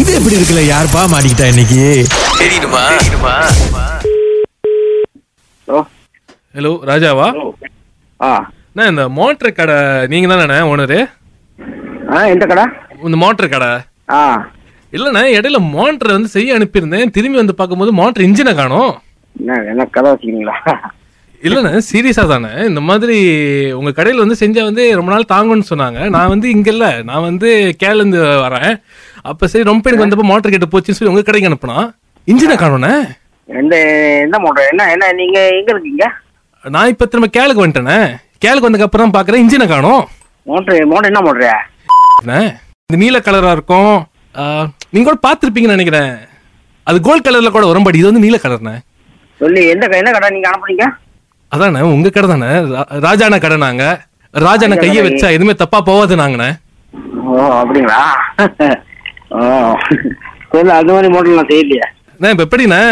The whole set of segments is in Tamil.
இது எப்படி இருக்குல்ல யாருப்பா மாட்டிக்கிட்டா இன்னைக்கு தெரியுமா ஹலோ ஹலோ ராஜாவா ஆ அண்ணா இந்த மோட்டர் கடை நீங்க தானே ஓனரு ஆ எந்த கடை இந்த மோட்டர் கடை ஆ இல்லைண்ணே இடையில மோட்டர் வந்து செய்ய அனுப்பியிருந்தேன் திரும்பி வந்து பார்க்கும்போது மோட்டர் இன்ஜினை காணோம் என்ன என்ன கதை வச்சுக்கிங்களா இல்லைண்ணே சீரியஸாக தானே இந்த மாதிரி உங்கள் கடையில் வந்து செஞ்சால் வந்து ரொம்ப நாள் தாங்கும்னு சொன்னாங்க நான் வந்து இங்கே இல்லை நான் வந்து கேலேருந்து வரேன் அப்போ சரி ரொம்ப எனக்கு வந்தப்போ மோட்டர் கெட்டு போச்சுன்னு சொல்லி உங்கள் கடைக்கு அனுப்புனா இன்ஜினை காணோண்ணே எந்த என்ன மோட்டர் என்ன என்ன நீங்க எங்க இருக்கீங்க நான் இப்போ திரும்ப கேலுக்கு வந்துட்டேண்ணே கேலுக்கு வந்ததுக்கப்புறம் தான் பார்க்குறேன் இன்ஜினை காணோம் மோட்டர் மோட்டர் என்ன மோட்டரு அண்ணே, இந்த நீல கலரா இருக்கும் ஆ, நீங்க கூட பார்த்துருப்பீங்கன்னு நினைக்கிறேன் அது கோல்ட் கலர்ல கூட வரும் பட் இது வந்து நீல கலர்ண்ணே சொல்லி எந்த கடை- என்ன கடை நீங்க அனுப்புனீங்க அதாண்ணே உங்க கடை தானே ரா- ராஜாண்ணா கடை நாங்க ராஜாண்ணா கையை வச்சா எதுவுமே தப்பா போகாது நாங்கண்ணே ஓ அப்படிங்களா ஓ சரி அது மாதிரி மோட்டர் நான் செய்யலையே அண்ணே, இப்ப எப்படிண்ணே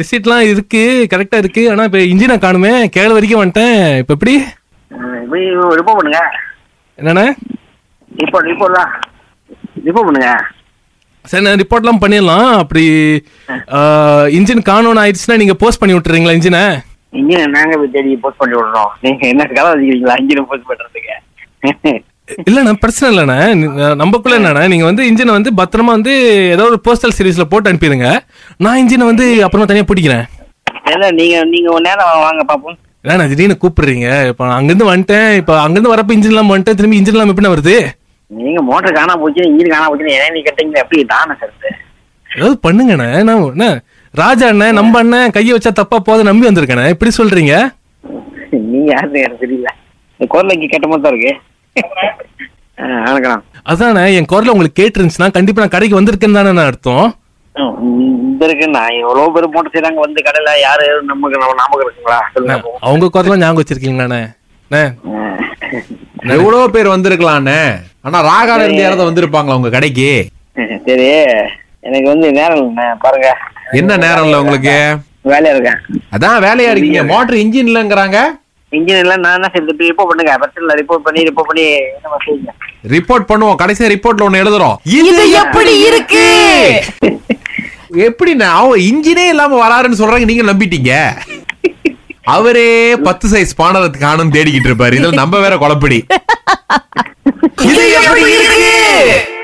ரிசீட்லாம் இருக்கு கரெக்டா இருக்கு ஆனா இப்ப இன்ஜினை காணுமே கேள் வரைக்கும் வந்துட்டேன் இப்ப எப்படி ரிப்போர்ட் பண்ணுங்க என்னண்ணே ரிப்போர்ட் ரிப்போர்ட் தான் ரிப்போர்ட் பண்ணுங்க சரி ரிப்போர்ட்லாம் பண்ணிடலாம் அப்படி இன்ஜின் காணோன்னு ஆயிடுச்சுன்னா நீங்க போஸ்ட் பண்ணி விட்டுறீங்களா இன்ஜினை இங்கே நாங்க போய் தேடி போஸ்ட் பண்ணி விடுறோம் நீங்க என்ன கதை வச்சுக்கிறீங்களா இங்கே போஸ்ட் பண்றதுக்கு இல்லண்ணா பிரச்சனை இல்லைண்ணே நீங்க- நம்பக்குள்ள என்னண்ணா நீங்கள் வந்து இன்ஜினை வந்து பத்திரமா வந்து ஏதோ ஒரு போஸ்டல் சீரீஸில் போட்டு அனுப்பிடுங்க நான் இன்ஜினை வந்து அப்புறமா தனியாக பிடிக்கிறேன் இல்ல நீங்க நீங்க ஒரு நேரம் வாங்க பாப்போம் ஏன்னா திடீர்னு கூப்பிடுறீங்க இப்போ நான் அங்கேருந்து வந்துட்டேன் இப்போ அங்கேருந்து வரப்போ இன்ஜின்லாம் வந்துட்டேன் திரும்பி இன்ஜின்லாம் எப்படி வருது நீங்க மோட்டர் காணாம போச்சு இன்ஜின் காணாம போச்சு ஏன் நீ கேட்டீங்க எப்படி தானே கருத்து ஏதாவது பண்ணுங்கண்ணே நான் என்ன ராஜா அண்ணன் நம்ம அண்ணன் கையை வச்சா தப்பா போத நம்பி வந்திருக்கேண்ணே இப்படி சொல்றீங்க நீங்க யாருன்னு எனக்கு தெரியல இந்த குரலைக்கு கேட்ட மாதிரி தான் இருக்கு ஆஹ், வணக்கம் அதானே என் குரல உங்களுக்கு கேட்டுருந்துச்சுன்னா கண்டிப்பா நான் கடைக்கு வந்திருக்கேன்னு தானே அர்த்தம் ம், இந்த இருக்கு நான் எவ்வளவு பேர் மோட்டர் செய்யறாங்க வந்து கடையில யாரு நமக்கு நம்ம ஞாபகம் இருக்குங்களா அண்ணே, சொல்லுங்க பாப்போம். அவங்க குரலாம் ஞாபகம் வச்சிருக்கீங்களாண்ணே அண்ணே ஆஹ். எவ்வளவு பேர் வந்திருக்கலாம்னு ஆனா ராகால இருந்து யாராவது வந்திருப்பாங்களா உங்க கடைக்கு சரி எனக்கு வந்து நேரம் இல்லைண்ணே, பாருங்க என்ன நேரம்ல உங்களுக்கு வேலையா இருக்கேன் அதான் வேலையா இருக்கீங்க மோட்டர் இன்ஜின் இல்லங்கிறாங்க இன்ஜின் எல்லாம் நான் என்ன செய்யறது ரிப்போர்ட் பண்ணுங்க பிரச்சனை இல்லை ரிப்போர்ட் பண்ணி ரிப்போர்ட் பண்ணி என்ன செய்யுங்க ரிப்போர்ட் பண்ணுவோம் கடைசியா ரிப்போர்ட்ல ஒண்ணு எழுதுறோம் இது எப்படி இருக்கு எப்படிண்ணா அவன் இன்ஜினே இல்லாம வராருன்னு சொல்றாங்க நீங்க நம்பிட்டீங்க அவரே பத்து சைஸ் பானரத்துக்கு ஆணும் தேடிக்கிட்டு இருப்பாரு இதுல நம்ம வேற குழப்படி இது எப்படி இருக்கு